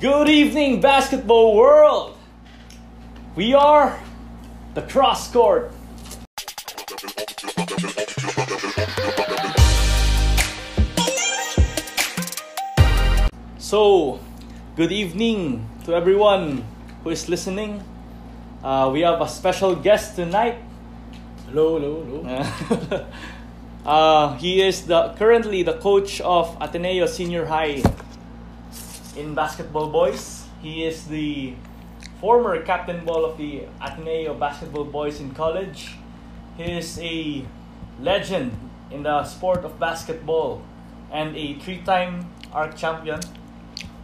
Good evening, basketball world! We are the cross court. So, good evening to everyone who is listening. Uh, we have a special guest tonight. Hello, hello, hello. Uh, he is the currently the coach of Ateneo Senior High in basketball boys. He is the former captain ball of the Ateneo basketball boys in college. He is a legend in the sport of basketball and a three-time ARC champion,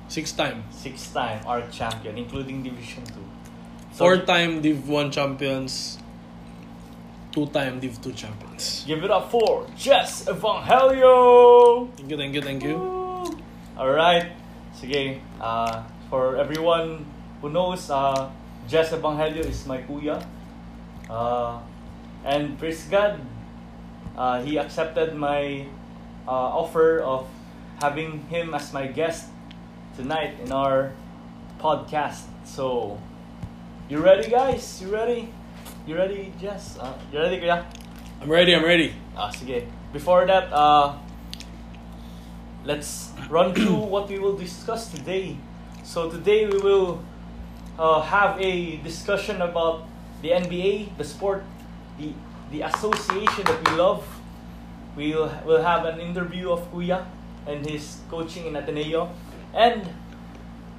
Six time. six-time ARC champion, including Division Two. So, Four time Div 1 champions. Two time Div 2 champions. Give it up for Jess Evangelio. Thank you, thank you, thank you. All right. Sige, uh, for everyone who knows, uh, Jess Evangelio is my kuya. Uh, and praise God, uh, he accepted my uh, offer of having him as my guest tonight in our podcast. So, you ready guys? You ready? You ready, Jess? Uh, you ready, kuya? I'm ready, I'm ready. Ah, sige. Before that, uh, let's run through what we will discuss today. So today we will uh, have a discussion about the NBA, the sport, the the association that we love. We'll will have an interview of Kuya and his coaching in Ateneo, and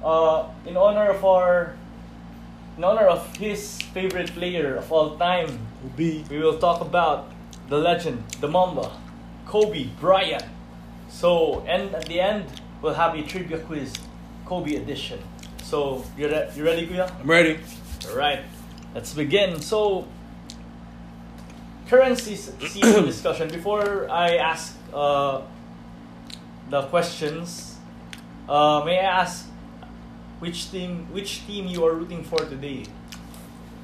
uh, in honor of our in honor of his favorite player of all time, B. we will talk about the legend, the Mamba, Kobe Bryant. So, and at the end, we'll have a trivia quiz, Kobe edition. So, you, re- you ready, Kuya? I'm ready. Alright, let's begin. So, currency s- season discussion. Before I ask uh, the questions, uh, may I ask which team which team you are rooting for today?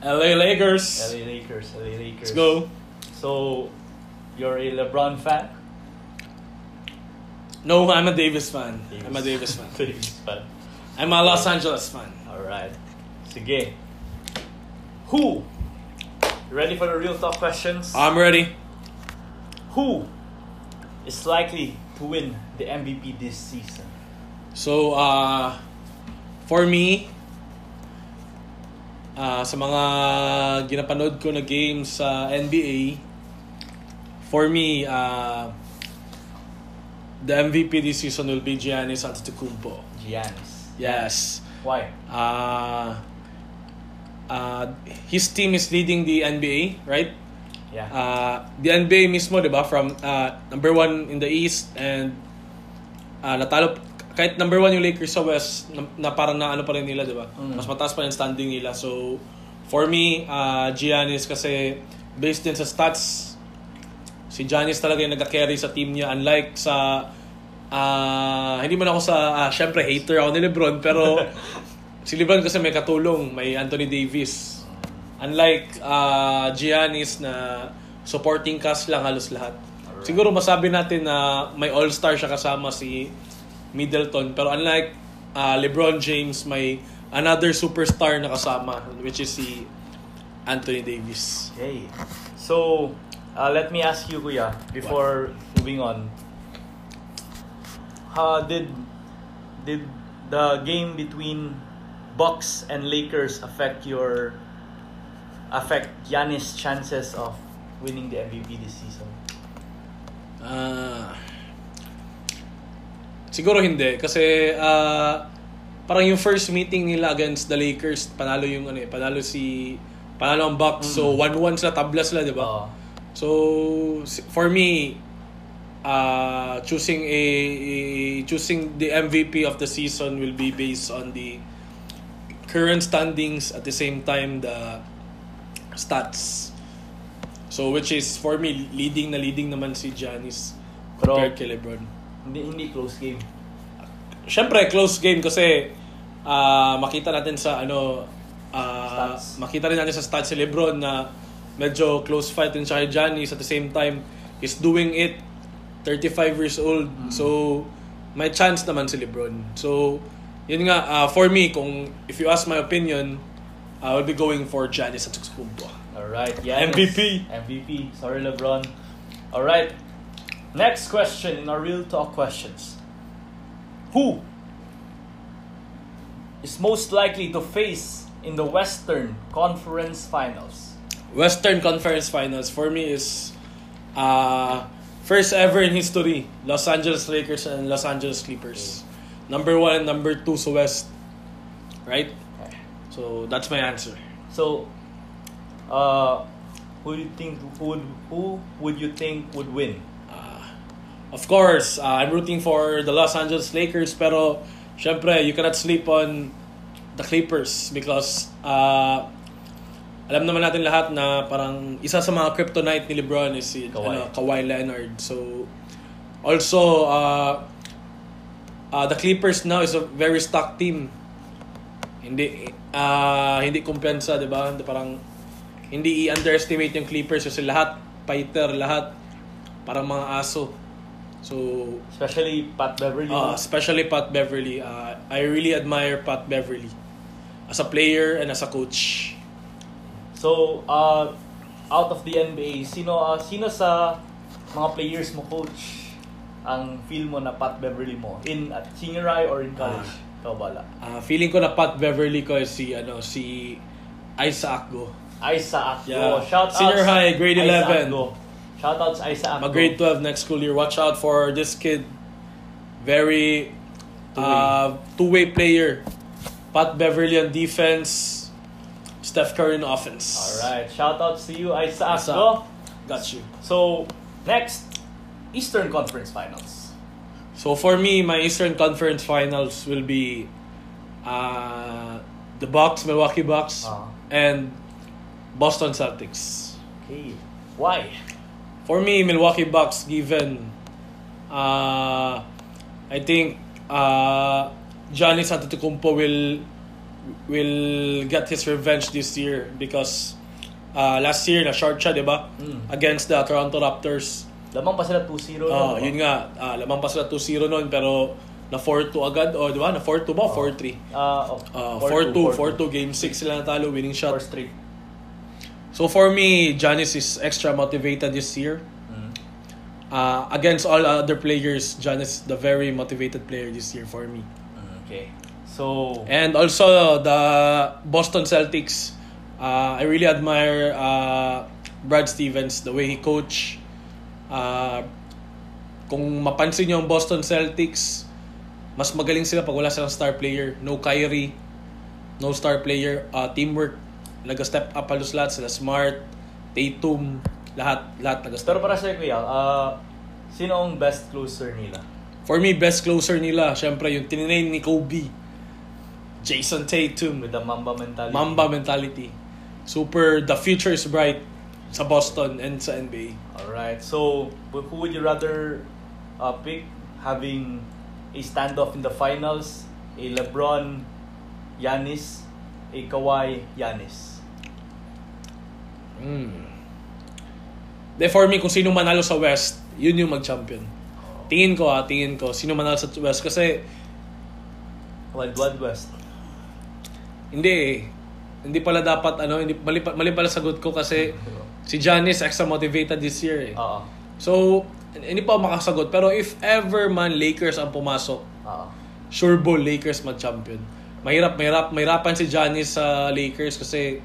LA Lakers. LA Lakers, LA Lakers. Let's go. So, you're a LeBron fan? No, I'm a Davis fan. I'm a Davis fan. Davis fan. I'm a Los Angeles fan. Alright. Sige. Who? You ready for the real talk questions? I'm ready. Who is likely to win the MVP this season? So, uh, for me, uh, sa mga ginapanood ko na games sa NBA, for me, uh, the MVP this season will be Giannis Antetokounmpo. Giannis. Yes. Why? Uh, uh, his team is leading the NBA, right? Yeah. Uh, the NBA mismo, di ba? From uh, number one in the East and uh, natalo, kahit number one yung Lakers sa West, na, na parang na ano pa rin nila, di ba? Mm. Mas mataas pa yung standing nila. So, for me, uh, Giannis kasi based din sa stats, si Giannis talaga yung nagka-carry sa team niya. Unlike sa, ah, hindi man ako sa, ah, syempre hater ako ni Lebron, pero si Lebron kasi may katulong, may Anthony Davis. Unlike ah, Giannis na supporting cast lang halos lahat. Alright. Siguro masabi natin na may all-star siya kasama si Middleton. Pero unlike ah, LeBron James, may another superstar na kasama which is si Anthony Davis. Okay. So, uh, let me ask you, Kuya, before moving on. Uh, did did the game between Bucks and Lakers affect your affect Giannis' chances of winning the MVP this season? Ah. siguro hindi kasi ah, parang yung first meeting nila against the Lakers, panalo yung ano eh, panalo si panalo ang Bucks. So 1-1 sila tabla sila, 'di ba? Oo. So si- for me uh, choosing a, a- choosing the MVP of the season will be based on the current standings at the same time the stats. So which is for me leading na leading naman si Giannis Pero- compared kay LeBron. hindi hindi close game. Siyempre close game kasi ah, makita natin sa ano ah, Stats. makita rin natin sa stats si LeBron na medyo close fight din siya kay Giannis at the same time is doing it 35 years old. So may chance naman si LeBron. So Yun nga, ah, for me, kung if you ask my opinion, I will be going for Giannis Antetokounmpo. All right, Giannis. MVP. MVP. Sorry, LeBron. All right. Next question in our real talk questions. Who is most likely to face in the Western Conference Finals? Western Conference Finals for me is uh, first ever in history, Los Angeles Lakers and Los Angeles Clippers. Number one and number two sa West. Right? So that's my answer. So, uh, who do you think who would who would you think would win? Of course, uh, I'm rooting for the Los Angeles Lakers pero syempre you cannot sleep on the Clippers because uh, alam naman natin lahat na parang isa sa mga kryptonite ni LeBron is si Kawhi. ano, Kawhi Leonard. So also uh, uh, the Clippers now is a very stuck team. Hindi ah hindi kumpensa, 'di ba? Parang hindi i-underestimate yung Clippers kasi lahat fighter, lahat parang mga aso. So, Especially Pat Beverly. uh, especially Pat Beverly. Uh, I really admire Pat Beverly as a player and as a coach. So, uh, out of the NBA, sino uh, sino sa mga players mo coach ang feel mo na Pat Beverly mo in at senior high or in college? Ikaw bala. Uh, feeling ko na Pat Beverly ko is si ano si Isaac Go. Isaac Go. Oh, Yeah. Shout out. Senior high, grade 11. Shout out sa Isaac Mag Go. grade 12 next school year. Watch out for this kid. Very uh, two-way player. Pat Beverly on defense. Steph Curry on offense. Alright. Shout out to you, Isaac Isaac. Go. Got you. So, next, Eastern Conference Finals. So for me, my Eastern Conference Finals will be uh, the Bucks, Milwaukee Bucks, Ah. and Boston Celtics. Okay. Why? For me, Milwaukee Bucks, given uh, I think uh, Giannis Antetokounmpo will will get his revenge this year because uh, last year na short siya, 'di ba? Mm. Against the Toronto Raptors. Lamang pa sila 2-0. Oo, no? yun nga. Ah, lamang pa sila 2-0 noon pero na 4-2 agad. O, di ba? Na 4-2 ba? 4-3. Ah, oh, Ah, 4-2, 4-2, 4-2. Game 6 sila natalo, winning shot. First three. So for me, Giannis is extra motivated this year. Mm. Ah, against all other players, Giannis is the very motivated player this year for me. Okay. So, And also the Boston Celtics. Uh, I really admire uh, Brad Stevens, the way he coach. Uh, kung mapansin niyo ang Boston Celtics, mas magaling sila pag wala silang star player. No Kyrie, no star player. Uh, teamwork, nag-step up halos lahat. Sila Smart, Tatum, lahat, lahat nag-step Pero para sa Kuya, ah, sino ang best closer nila? For me, best closer nila, syempre yung tininayin ni Kobe. Jason Tatum. With the Mamba mentality. Mamba mentality. Super, the future is bright sa Boston and sa NBA. Alright, so who would you rather uh, pick having a standoff in the finals? A LeBron, Yanis, a Kawhi, Yanis. De for me, kung sino manalo sa West, yun yung mag-champion. Tingin ko ah, tingin ko, sino manalo sa West. Kasi, Wild Wild West. hindi eh. Hindi pala dapat, ano, hindi, mali, pa- mali pala sagot ko kasi si Giannis extra motivated this year eh. Oo. So, hindi pa ako makasagot. Pero if ever man Lakers ang pumasok, Oo. sure ball Lakers mag-champion. Mahirap, mahirap, mahirapan si Giannis sa Lakers kasi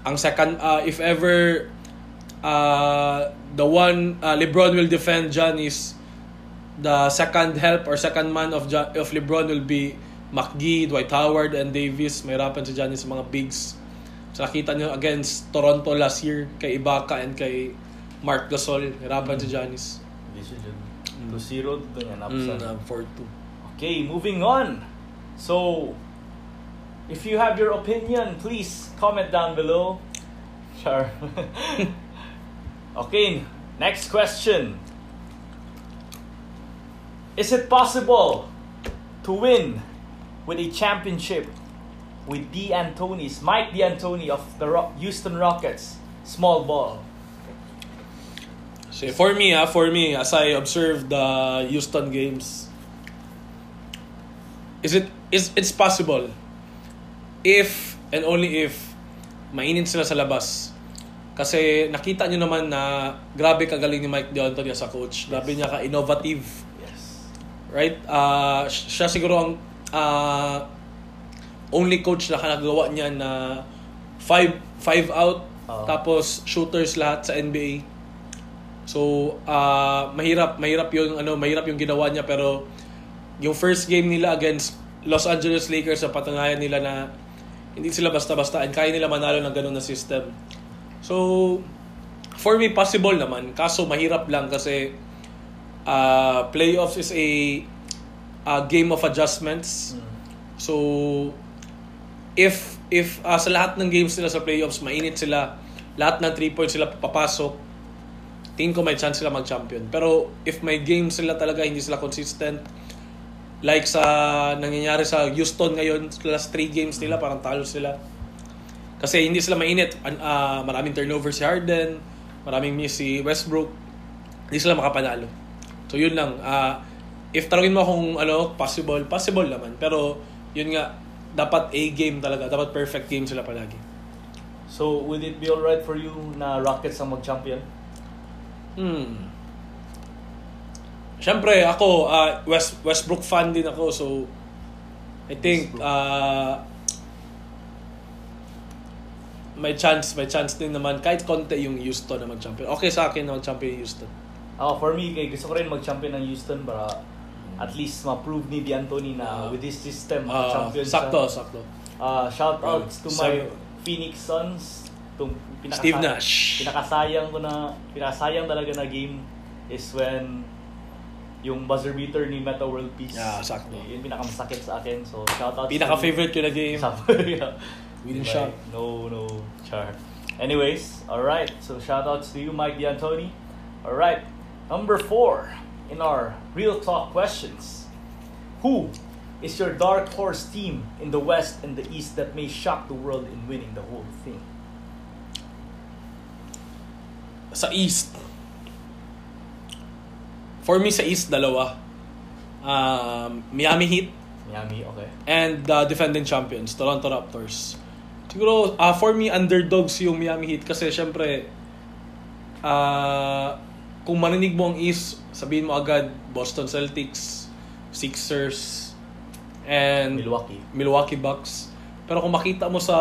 ang second, uh, if ever uh, the one, uh, LeBron will defend Giannis, the second help or second man of, Ja- of LeBron will be McGee, Dwight Howard, and Davis. Mahirapan si Giannis sa mga bigs. So, nakita nyo against Toronto last year kay Ibaka and kay Mark Gasol. Mahirapan si Giannis. This is yun. 2-0, dito yan. Mm, upset. uh, 4-2. Okay, moving on. So, if you have your opinion, please comment down below. Sure. okay, next question. Is it possible to win with a championship with D'Antoni's, Mike D'Antoni of the Ro- Houston Rockets, small ball? So for me, ah, for me, as I observed the Houston games, is it is it's possible if and only if mainin sila sa labas. Kasi nakita nyo naman na grabe kagaling ni Mike D'Antonio sa coach. Grabe niya ka-innovative. Yes. Right? Ah, si- siya siguro ang ah, only coach na nagawa niya na five, five out, Oo. tapos shooters lahat sa NBA. So, ah, mahirap, mahirap yung ano, mahirap yung ginawa niya pero yung first game nila against Los Angeles Lakers sa patunayan nila na hindi sila basta-bastaan, kaya nila manalo ng ganun na system. So, for me, possible naman. Kaso, mahirap lang kasi ah, playoffs is a ah, game of adjustments. Mm. So, if if ah, sa lahat ng games nila sa playoffs, mainit sila, lahat ng 3 points sila papasok, tingin ko may chance sila mag-champion. Pero if may games sila talaga, hindi sila consistent, like sa nangyayari sa Houston ngayon, last 3 games nila, parang talo sila. Kasi hindi sila mainit. An- ah, maraming turnover si Harden, maraming miss si Westbrook. Hindi sila makapanalo. So yun lang. Ah, if tanungin mo kung ano, possible, possible naman. Pero yun nga, dapat A game talaga. Dapat perfect game sila palagi. So, would it be alright for you na Rockets ang mag-champion? Hmm. Siyempre, ako, ah, West, Westbrook fan din ako. So, I think, Westbrook. ah, may chance, may chance din naman. Kahit konti yung Houston na mag-champion. Okay sa akin na mag-champion yung Houston. Ako, Oh, for me, kay gusto ko rin mag-champion ng Houston para at least ma-prove ni D'Antoni na Ah. with this system, Ah, champion sakto, siya. sakto. Ah, shoutouts to my Sabi- Phoenix Suns. Itong pinakasa- Steve Nash. Pinakasayang ko na, pinakasayang talaga na game is when yung buzzer beater ni Meta World Peace. Yeah, Ah, sakto. Yun pinakamasakit sa akin. So, shoutouts Pinaka-favorite ko na game. yeah. Winning Diba? shot. No, no, char. Anyways, all right. So shout outs to you, Mike D'Antoni. All right. Number four in our real talk questions: Who is your dark horse team in the West and the East that may shock the world in winning the whole thing? Sa East. For me, sa East, dalawa. Um, Miami Heat Miami, okay. and the defending champions, Toronto Raptors. Siguro, ah, for me, underdogs yung Miami Heat kasi syempre, ah, kung maninig mo ang East, sabihin mo agad Boston Celtics, Sixers, and Milwaukee. Milwaukee Bucks. Pero kung makita mo sa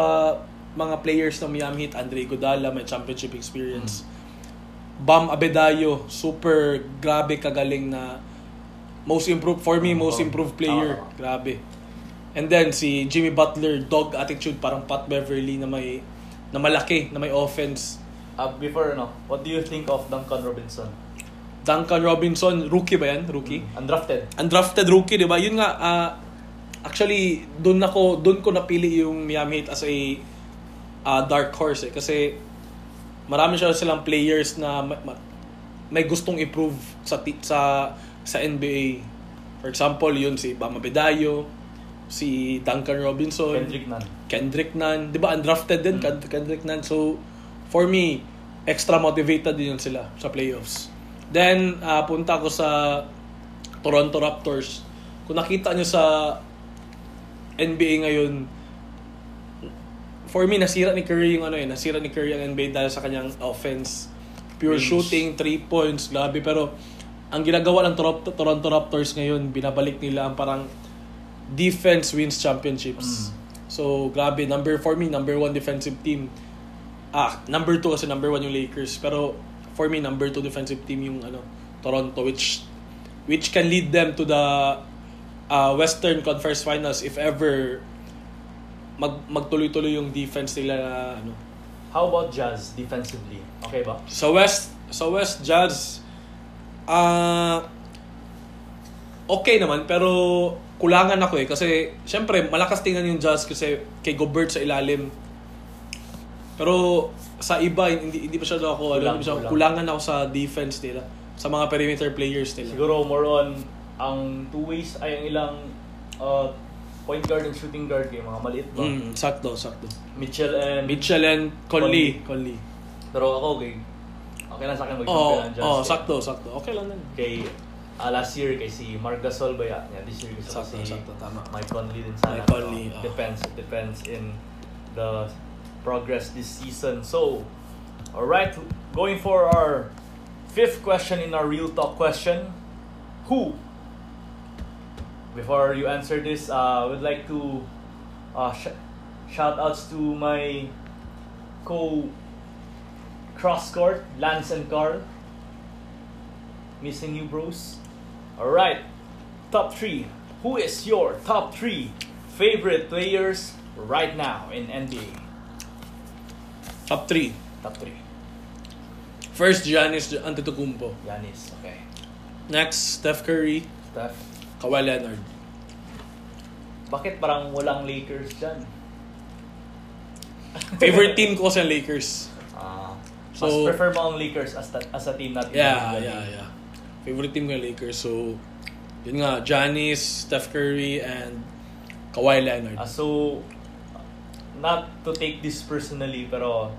mga players ng Miami Heat, Andre Iguodala, may championship experience. Bam Abedayo, super grabe kagaling na most improved, for me, most Bam. improved player. Tama. Grabe. And then si Jimmy Butler, dog attitude, parang Pat Beverly na may na malaki, na may offense. Uh, before no, what do you think of Duncan Robinson? Duncan Robinson, rookie ba yan? Rookie? Undrafted. undrafted rookie, 'di ba? Yun nga ah, actually doon ako doon ko napili yung Miami Heat as a ah, dark horse eh. kasi marami siya silang players na ma- ma- may gustong improve sa ti- sa sa NBA. For example, yun si Bam Abedayo, si Duncan Robinson, Kendrick Nunn. Kendrick Nunn, 'di ba? Undrafted din Kend- Kendrick Nunn. So for me, extra motivated din yun sila sa playoffs. Then ah, punta ako sa Toronto Raptors. Kung nakita nyo sa NBA ngayon, for me nasira ni Curry yung ano eh, nasira ni Curry ang NBA dahil sa kanyang offense. Pure Rings. shooting, three points, grabe pero ang ginagawa ng Toronto, Toronto Raptors ngayon, binabalik nila ang parang defense wins Mm. championships. So, grabe. Number for me, number one defensive team. Ah, number two kasi number one yung Lakers. Pero for me, number two defensive team yung ano, Toronto, which which can lead them to the uh, Western Conference Finals if ever mag magtuloy-tuloy yung defense nila na ano. How about Jazz defensively? Okay ba? Sa West, sa West Jazz ah okay naman pero kulangan ako eh kasi syempre malakas tingnan yung Jazz kasi kay Gobert sa ilalim. Pero sa iba hindi hindi masyado ako ano, Kulang, hindi masyado, kulang. kulangan ako sa defense nila sa mga perimeter players nila. Eh, Siguro more on ang two ways ay ang ilang uh, point guard and shooting guard yung mga maliit ba? Mm, sakto, sakto. Mitchell and Mitchell and Conley. Conley. pero ako okay. Okay lang sa akin mag Oo, ng Jazz. oh, kay- sakto, sakto. Okay lang din. Kay ah, last year kay si Mark Gasol ba ya? Yeah, this year gusto ko Sakto, si sakto, tama. Mike Conley din sana. Mike Conley, So, oh. Depends, it depends in the progress this season. So, all right, going for our fifth question in our real talk question. Who? Before you answer this, uh, I would like to uh, sh- shout outs to my co cross court, Lance and Carl. Missing you, bros. Alright, top three. Who is your top three favorite players right now in NBA? Top 3. Top three. First, Giannis Antetokounmpo. Giannis, okay. Next, Steph Curry, Steph. Kawhi Leonard. Bakit parang walang Lakers dyan? Favorite team ko sa Lakers. Ah, mas So- prefer mo ang Lakers as, ta- as a team natin. Yeah, yeah, yeah. Favorite team ko yung Lakers. So, yun nga, Giannis, Steph Curry, and Kawhi Leonard. Ah, so, not to take this personally, pero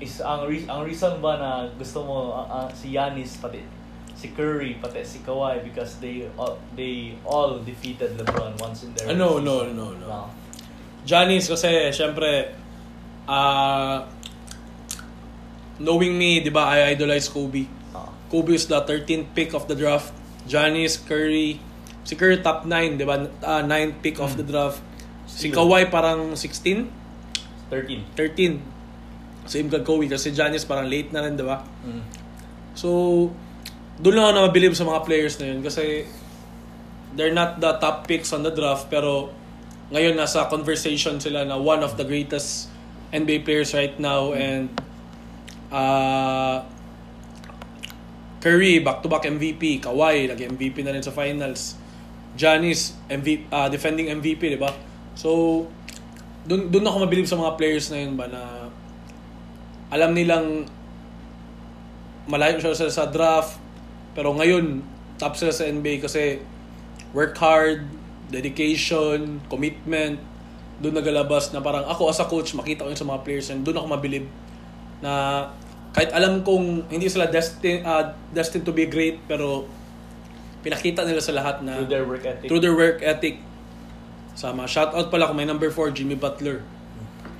is ang re- ang reason ba na gusto mo ah, ah, si Giannis pati si Curry pati si Kawhi because they all, they all defeated LeBron once in their Ah, no, season. Ah, no, no, no. Giannis kasi, syempre, ah knowing me, di ba, I idolize Kobe. Ah, Kobe is the 13th pick of the draft. Giannis, Curry, si Curry top 9, di ba? Ah, 9th pick of the draft. Si Sino? Kawhi parang 16, 13. 13. Same kag Kobe kasi Giannis parang late na rin, di ba? Mm. So, doon lang ako na mabilib sa mga players na yun kasi they're not the top picks on the draft pero ngayon nasa conversation sila na one of the greatest NBA players right now and uh, Curry, back-to-back MVP. Kawhi, nag-MVP na rin sa finals. Giannis, MVP, ah, defending MVP, di ba? So, dun, dun ako mabilib sa mga players na yun ba na alam nilang malayo siya sila sa draft. Pero ngayon, top sila sa NBA kasi work hard, dedication, commitment. Doon nagalabas na parang ako as a coach, makita ko yun sa mga players and doon ako mabilib na kahit alam kong hindi sila destined, destined to be great pero pinakita nila sa lahat na Through their work ethic. through their work ethic. Sama. Shout out pala kung may number 4, Jimmy Butler.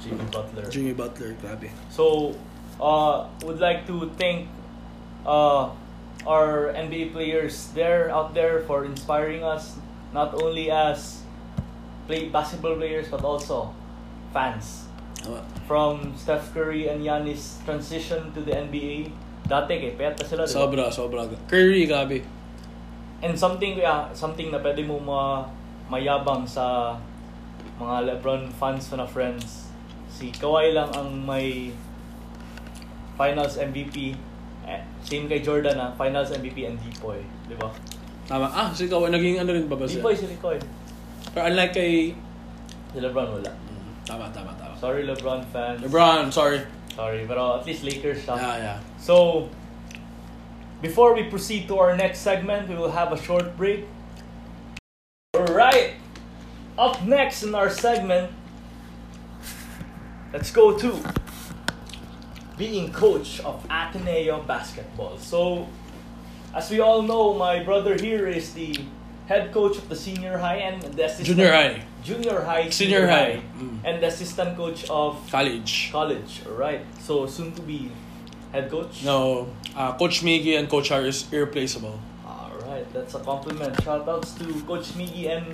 Jimmy Butler. Jimmy Butler, grabe. So, uh, would like to thank uh, our NBA players there out there for inspiring us, not only as play basketball players but also fans. Tama. From Steph Curry and Giannis transition to the NBA, dati kay Peta sila. di ba? Sobra, sobra. Curry, grabe. And something yeah, something na pwede mo ma mayabang sa mga LeBron fans ko na friends. Si Kawhi lang ang may Finals MVP. Eh, same kay Jordan na Finals MVP and Depoy, di ba? Tama. Ah, si Kawhi, naging ano rin ba ba siya? Depoy si Kawhi. Pero unlike kay... Si LeBron wala. Tama, tama, tama. Sorry LeBron fans. LeBron, sorry. Sorry, pero at least Lakers siya. Yeah, yeah. So, before we proceed to our next segment, we will have a short break. Alright! Up next in our segment, let's go to being coach of Ateneo Basketball. So, as we all know, my brother here is the head coach of the senior high and the assistant Junior high. junior high, Senior high. Mm. and the assistant coach of College. college. Alright, so soon to be head coach. No, uh, Coach Miggy and Coach Harris irreplaceable. All right, that's a compliment. Shoutouts to Coach Miggy and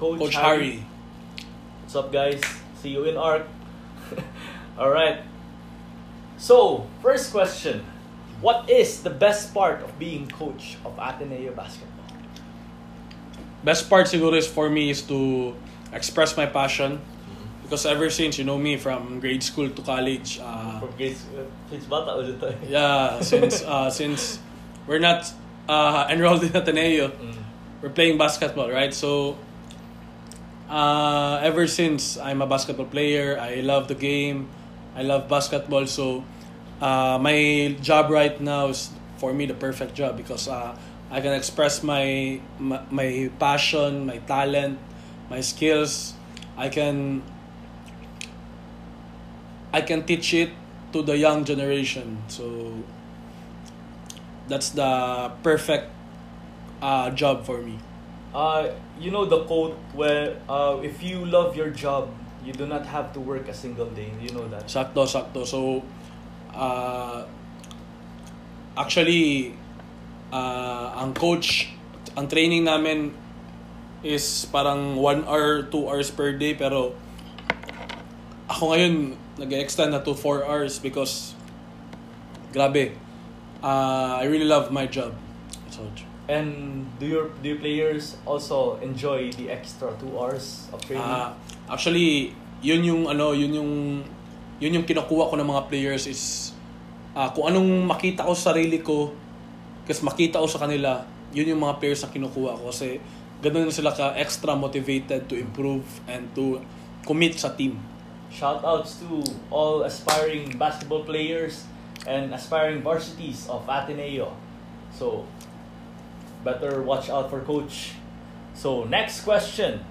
Coach, Coach Harry. What's up, guys? See you in ARC. All right. So, first question: What is the best part of being coach of Ateneo basketball? Best part siguro is for me is to express my passion. Because ever since, you know me, from grade school to college, uh, From kids, kids bata ulit tayo. Yeah, since uh, since we're not uh, enrolled in Ateneo, Mm. we're playing basketball, right? So uh, ever since I'm a basketball player, I love the game, I love basketball. So uh, my job right now is for me the perfect job because uh, I can express my, my my passion, my talent, my skills. I can I can teach it to the young generation. So that's the perfect uh, job for me. Uh, you know the quote where uh, if you love your job, you do not have to work a single day. You know that. Sakto, sakto. So, uh, actually, uh, ang coach, ang training namin is parang 1 hour, 2 hours per day. Pero, ako ngayon, nag-extend na to 4 hours because, grabe, uh, I really love my job. So, And do your do your players also enjoy the extra two hours of training? Ah, actually, yun yung ano, yun yung yun yung kinukuha ko ng mga players is ah, kung anong makita ko sa sarili ko kasi makita ko sa kanila, yun yung mga players na kinukuha ko kasi ganun sila ka extra motivated to improve and to commit sa team. Shout outs to all aspiring basketball players and aspiring varsities of Ateneo. So, better watch out for coach. So, next question.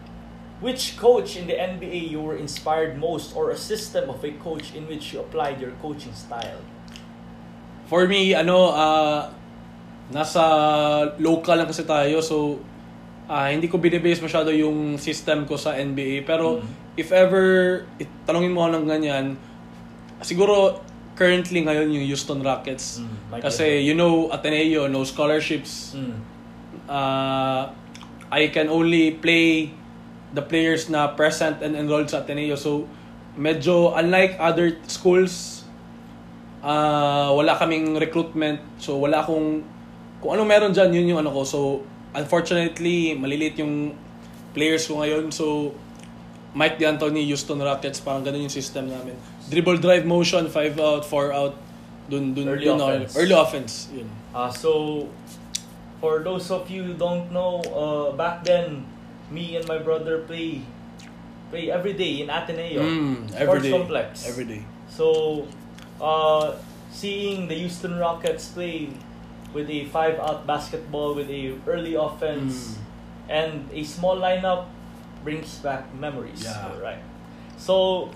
Which coach in the NBA you were inspired most or a system of a coach in which you applied your coaching style? For me, ano, ah, nasa local lang kasi tayo. So, ah, hindi ko binibase masyado yung system ko sa NBA. Pero, if ever, it, tanongin mo ako ng ganyan, siguro, currently ngayon yung Houston Rockets. Mm, might be kasi, you know, Ateneo, no scholarships. Hmm. Ah, I can only play the players na present and enrolled sa Ateneo. So, medyo unlike other schools, ah wala kaming recruitment. So, wala akong... Kung ano meron dyan, yun yung ano ko. So, unfortunately, malilit yung players ko ngayon. So, Mike D'Antoni, Houston Rockets, parang ganun yung system namin. Dribble drive motion, 5 out, 4 out. Dun, dun, Early yun, ako. offense. Early offense. Yun. Uh, so, for those of you who don't know, uh, back then, me and my brother play play every day in Ateneo. Mm, every Sports day. complex. Every day. So, uh, seeing the Houston Rockets play with a five-out basketball, with a early offense, Mm. and a small lineup brings back memories. Yeah. Right. So,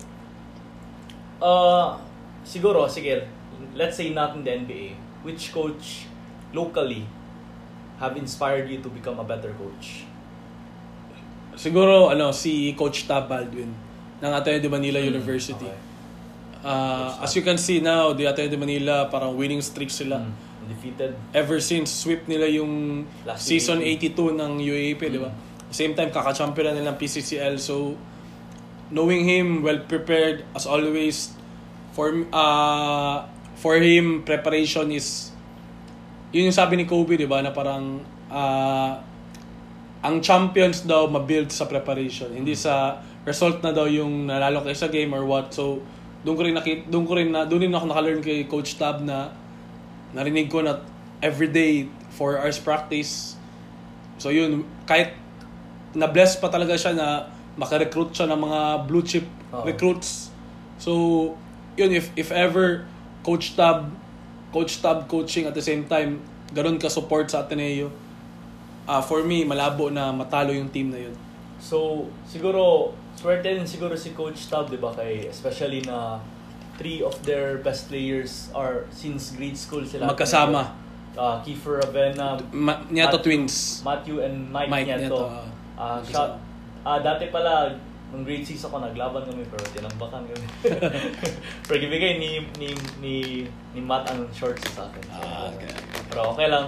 uh, siguro, sige, let's say not in the NBA, which coach locally have inspired you to become a better coach? Siguro, ano, si Coach Tab Baldwin ng Ateneo de Manila University. Okay. Ah, as you can see now, the Ateneo de Manila, parang winning streak sila. Mm. Defeated. Ever since sweep nila yung Last season UAP. 82 ng UAP, di ba? Same time, kakachampion na nila ng PCCL. So, knowing him, well prepared, as always, for, ah for him, preparation is yun yung sabi ni Kobe, di ba, na parang ah, ang champions daw mabuild sa preparation, hindi sa result na daw yung nanalo kayo sa game or what. So, doon ko rin nakita, doon ko rin na, doon din ako naka-learn kay Coach Tab na narinig ko na every day 4 hours practice. So yun, kahit na-bless pa talaga siya na makarecruit siya ng mga blue chip Oo. recruits. So, yun, if, if ever Coach Tab, Coach Tab coaching at the same time, ganun ka support sa Ateneo, ah for me, malabo na matalo yung team na yun. So, siguro, swerte rin siguro si Coach Tab, di ba? Kay, especially na three of their best players are since grade school sila. Magkasama. Uh, Kiefer Ravenna, Ma- Mat- Niato Twins. Matthew, and Mike, Mike Nieto, Nieto. ah. Ah, Magkasama. shot. Ah, dati pala, nung grade 6 ako, naglaban kami pero tinambakan kami. pero ibigay ni, ni, ni, ni Matt ang shorts sa akin. Ah, okay. Pero okay lang.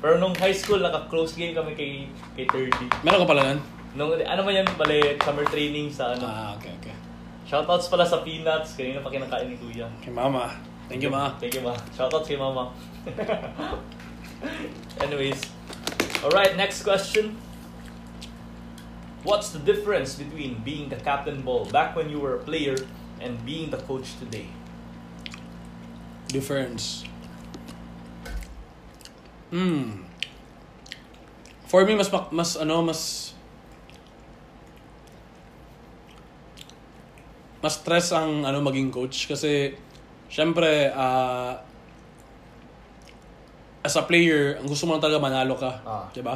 Pero nung high school, naka-close game kami kay, kay 30. Meron ka pala nun? Nung, ano man yan, bale, summer training sa ano. Ah, okay, okay. Shoutouts pala sa peanuts. Kanina pa kinakain ni Kuya. Kay Mama. Thank you, Ma. Thank you, Ma. Shoutouts kay Mama. Anyways. Alright, next question. What's the difference between being the captain ball back when you were a player and being the coach today? Difference. Hmm. For me, mas, mak- mas, ano, mas, mas stress ang, ano, maging coach. Kasi, syempre, ah, as a player, ang gusto mo lang talaga manalo ka. Ah. di ba?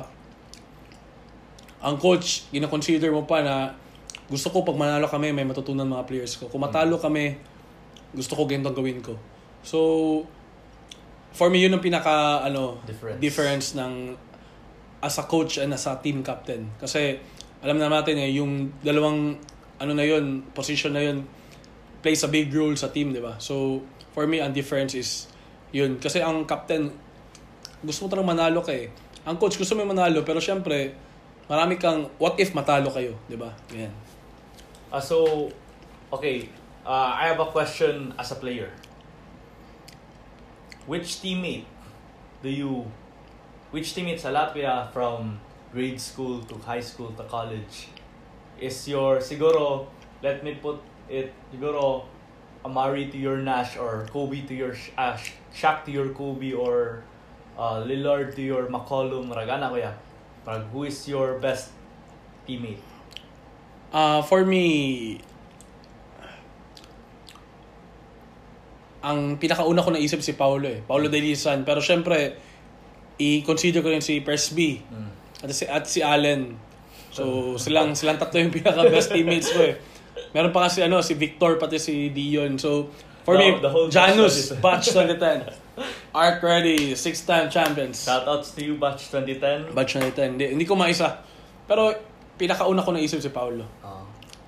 Ang coach, gina-consider mo pa na gusto ko pag manalo kami, may matutunan mga players ko. Kung matalo kami, gusto ko ganito ang gawin ko. So, for me, yun ang pinaka, ano, Difference. difference ng as a coach and as a team captain. Kasi alam na natin eh, yung dalawang ano na yun, position na yun, plays a big role sa team, di ba? So, for me, ang difference is yun. Kasi ang captain, gusto mo talagang manalo ka eh. Ang coach, gusto mo yung manalo, pero syempre, marami kang, what if matalo kayo, di ba? Ganyan. Uh, so, okay, uh, I have a question as a player. Which teammate do you, which teammate sa Latvia from grade school to high school to college is your, siguro, let me put it, siguro, Amari to your Nash or Kobe to your Sh- ah, Sh- Shaq to your Kobe or uh, Lillard to your McCollum, Ragana kuya. Parang who is your best teammate? Ah, for me, ang pinakauna ko naisip si Paolo eh. Mm. Paolo De Lisan. Pero syempre, i-consider ko rin si Persby Mm. at si, at si Allen. So, silang, silang tatlo yung pinaka-best teammates ko eh. Meron pa kasi ano, si Victor, pati si Dion. So, for The- me, the whole batch Janus, na- batch 2010. Arc ready, six-time champions. Shoutouts to you, Batch 2010. Batch 2010. Hindi, hindi ko maisa. Pero, pinakauna ko naisip si Paolo. Ah.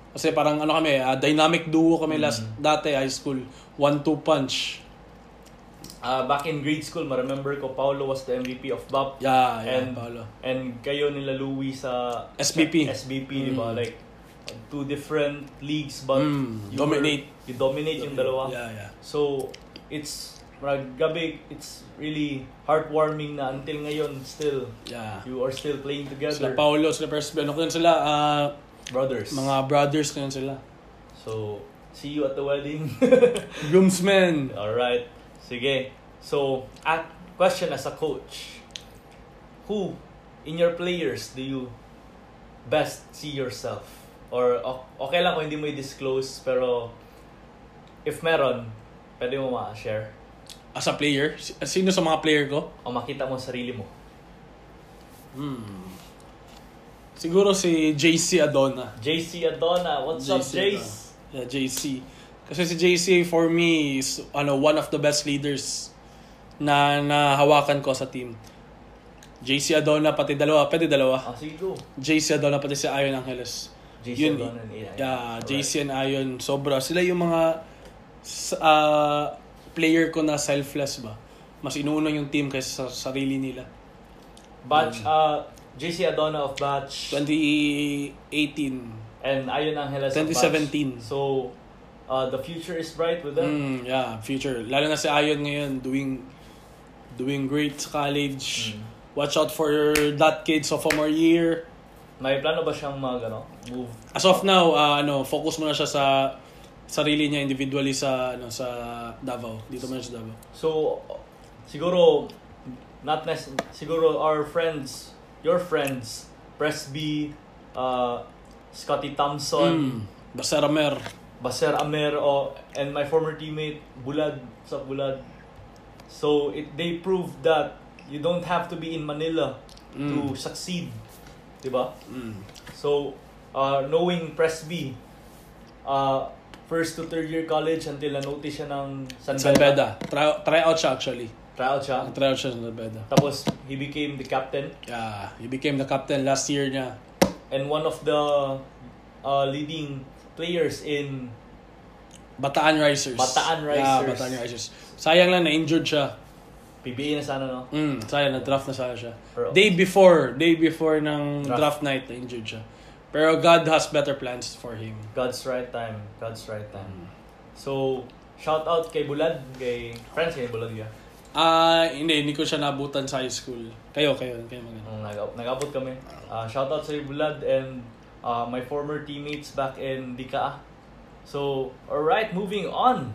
Kasi parang ano kami, ah, dynamic Mm. duo kami last dati high school. One-two punch. Ah, back in grade school, ma-remember ko, Paolo was the MVP of BAP. Yeah, yeah, and, Paolo. And kayo nila Louie sa SBP. SBP, di ba? Like, two different leagues, but Mm, you were- dominate. you dominate yung dalawa. Yeah, yeah. So, it's, marag- gabi, it's really heartwarming na until ngayon, still, Yeah. you are still playing Sila together. Paolo, sila Percy, ano ko yun sila, ah, brothers. mga brothers ko yun sila. So, see you at the wedding. Groomsmen. Alright. Sige. So, at question as a coach. Who in your players do you best see yourself? Or o- okay lang kung hindi mo i-disclose pero if meron, pwede mo ma-share As a player, si- ah, sino sa mga player ko? o makita mo sarili mo. Hmm. Siguro si JC Adona. JC Adona, what's up JC Jace? Adona. Yeah, JC. Kasi si JC for me is ano, one of the best leaders na nahawakan ko sa team. JC Adona, pati dalawa, pwede dalawa. Ah, sige go. JC Adona pati si Ayon Angeles. JC Yun, Adona and AI. Yeah, Alright. JC and Ayon sobra. Sila yung mga s- ah, player ko na selfless ba. Mas inuuna yung team kaysa sa sarili nila. Batch, uh, JC Adona of batch 2018. and Ayon Angeles of batch. 2017. So, uh, the future is bright with them. Mm, yeah, future. Lalo na si Ayon ngayon doing doing great sa college. Mm. Watch out for that kid sophomore year. May plano ba siyang mag, ano, move? As of now, ah, ano, focus muna siya sa sarili niya individually sa ano sa Davao. Dito muna sa Davao. So, siguro, not nes- siguro our friends, your friends, Presby, uh, Scotty Thompson, Mm. Basta Ramer. Baser Amero, and my former teammate, Bulad, sa Bulad. So, it, they proved that you don't have to be in Manila to succeed. Diba? Mm. So, uh, knowing Presby, uh, first to third year college until na-notice siya ng San San Beda. Beda. Try, try out siya actually. Tryout siya. Try out siya sa San Beda. Tapos, he became the captain Yeah, he became the captain last year niya. and one of the uh, leading players in... Bataan Risers. Bataan Yeah, Risers. Bataan Risers. Sayang lang na-injured siya. PBA na sana, no? Mm, sayang na draft na sana siya. Pero- Day before, day before ng draft, Draft. night na injured siya. Pero God has better plans for him. God's right time. God's right time. So, shout out kay Bulad. Kay... Friends kay Bulad ka. Ah, hindi, hindi ko siya nabutan sa high school. Kayo, kayo, kayo mga. Nung Mm, nag- nag-abot kami. Uh, shout out sa'yo Bulad and uh, my former teammates back in Dikaa. So, alright, moving on.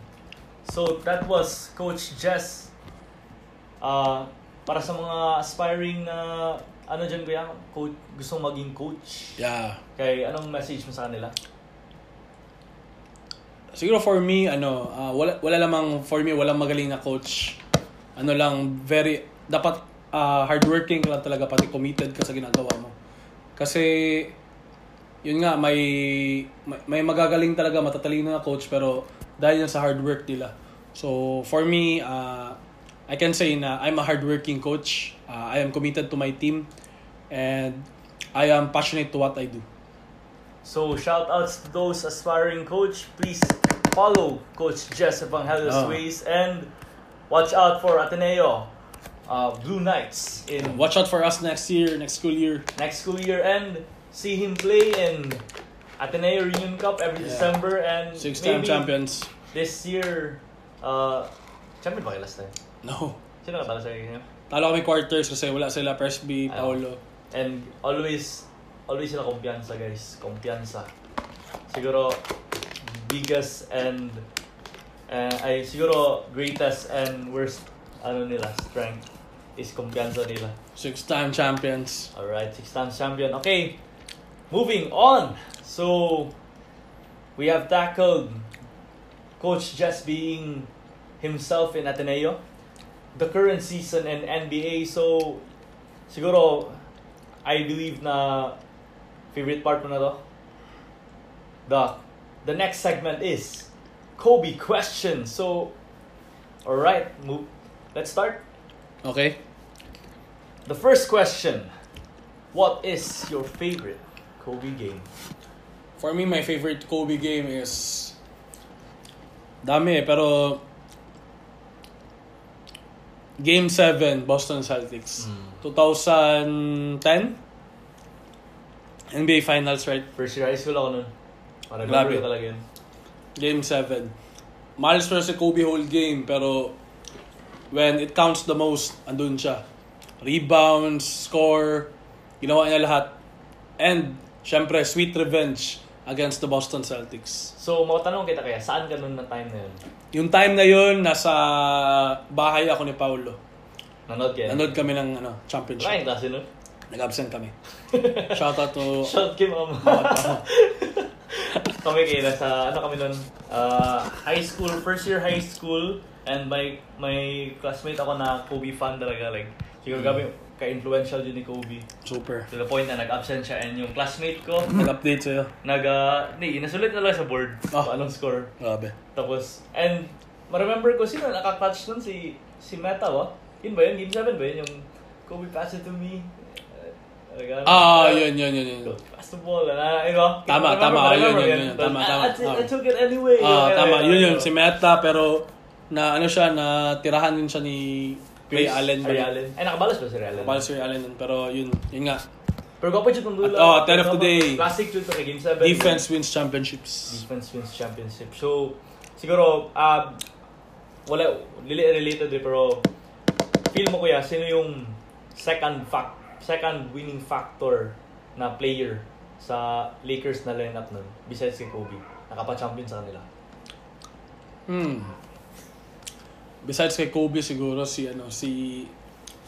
So, that was Coach Jess. Uh, para sa mga aspiring na, ano dyan kuya, coach, gustong maging coach. Yeah. Kay, anong message mo sa kanila? Siguro for me, ano, ah, wala, wala lamang, for me, walang magaling na coach. Ano lang, very, dapat ah, hardworking ka lang talaga, pati committed ka sa ginagawa mo. Kasi, yun nga, may, may, may magagaling talaga, matatalino na coach, pero dahil yan sa hard work nila. So, for me, ah, I can say na I'm a hardworking coach. Ah, I am committed to my team. and I am passionate to what I do. So shout outs to those aspiring coach. Please follow Coach Jess Evangelos Ah. ways and watch out for Ateneo uh, Blue Knights in Watch out for us next year, next school year. next school year and see him play in Ateneo Reunion Cup every Yeah. December and Six-time maybe champions. this year uh, champion ba kayo last time? No. Sino ka pala sa inyo? Talo kami quarters kasi wala sila Presby, Ah. Paolo. And always, always sila kumpiyansa guys. Kumpiyansa. Siguro, biggest and, eh, ay, siguro greatest and worst, ano nila, strength is kumpiyansa nila. Six-time champions. Alright, six times champion. Okay, moving on. So, we have tackled Coach Jess being himself in Ateneo, the current season in NBA. So, siguro, I believe na favorite part mo na to. The, the next segment is Kobe question. So, alright, move. let's start. Okay? The first question What is your favorite Kobe game? For me, my favorite Kobe game is... Dami eh, pero... Game 7, Boston Celtics. 2010? NBA Finals, right? First year high school ako nun. Parang Grabe. Grabe. talaga yun. Game 7. Miles versus Kobe whole game, pero when it counts the most, andun siya. Rebounds, score, ginawa niya lahat. And, syempre, sweet revenge against the Boston Celtics. So, matanong kita kaya, saan ka nun na time na yun? Yung time na yun, nasa bahay ako ni Paolo. Nanood ka Nanood kami ng ano, Wala championship. yung klase nun. Nag-absent kami. Shoutout to... Shout kay mama. kami kaya nasa, ano kami nun? Uh, high school, first year high school. And my, my classmate ako na Kobe fan talaga. Like, siguro Hmm. gabi, ka-influential yun ni Kobe. Super. To the point na nag-absent siya and yung classmate ko, Nag-update sa'yo. nag, uh, hindi, nasulit na lang sa board Ah. kung anong score. Grabe. Tapos, and ma-remember ko sino nakakatch nun si si Meta ba? Yun ba yun? Game 7 ba yun? Yung Kobe pass it to me. Uh, ano? Ah, yun, yun, yun, yun. Kobe pass the ball. Ah, iba. Tama, tama. Ah, yun, yun, yun. Tama, tama, I, I, tama. I took it anyway. Ah, Yun, tama. yun, Yun yun, yun, si Meta, pero na ano siya, na tirahan din siya ni Ray Allen. Ray Allen. Ay, nakabalas ba si Ray Allen? Kapal si Ray Allen nun, pero yun, yun nga. Pero gwapo jud ng dula. Oh, 10 of the day. Classic jud to kay Game 7. Defense wins championships. defense wins championship. So, siguro, uh, wala, lili related eh, pero feel mo kuya, sino yung second fact, second winning factor na player sa Lakers na lineup nun, besides kay Kobe, nakapa-champion sa kanila. Mm-hmm. Hmm. Besides kay Kobe siguro si ano si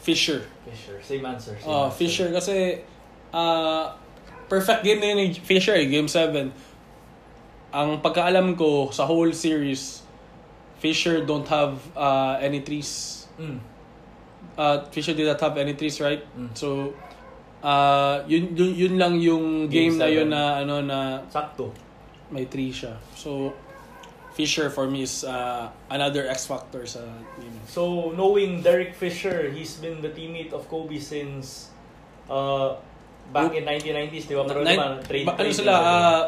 Fisher. Fisher, same answer. Same Oh, answer. Fisher kasi ah perfect game na yun ni Fisher, eh, game 7. Ang pagkaalam ko sa whole series, Fisher don't have ah, any threes. Mm. uh, Fisher did not have any threes, right? Mm. So, uh, yun, yun, yun lang yung Game game, na yun seven. na, ano, na Sakto. may three siya. So, Fisher for me is uh, another X factor sa game. So, knowing Derek Fisher, he's been the teammate of Kobe since uh, back in 1990s, di ba? Pero di ba, Nine- trade, ba- ano trade sila? yun. Uh,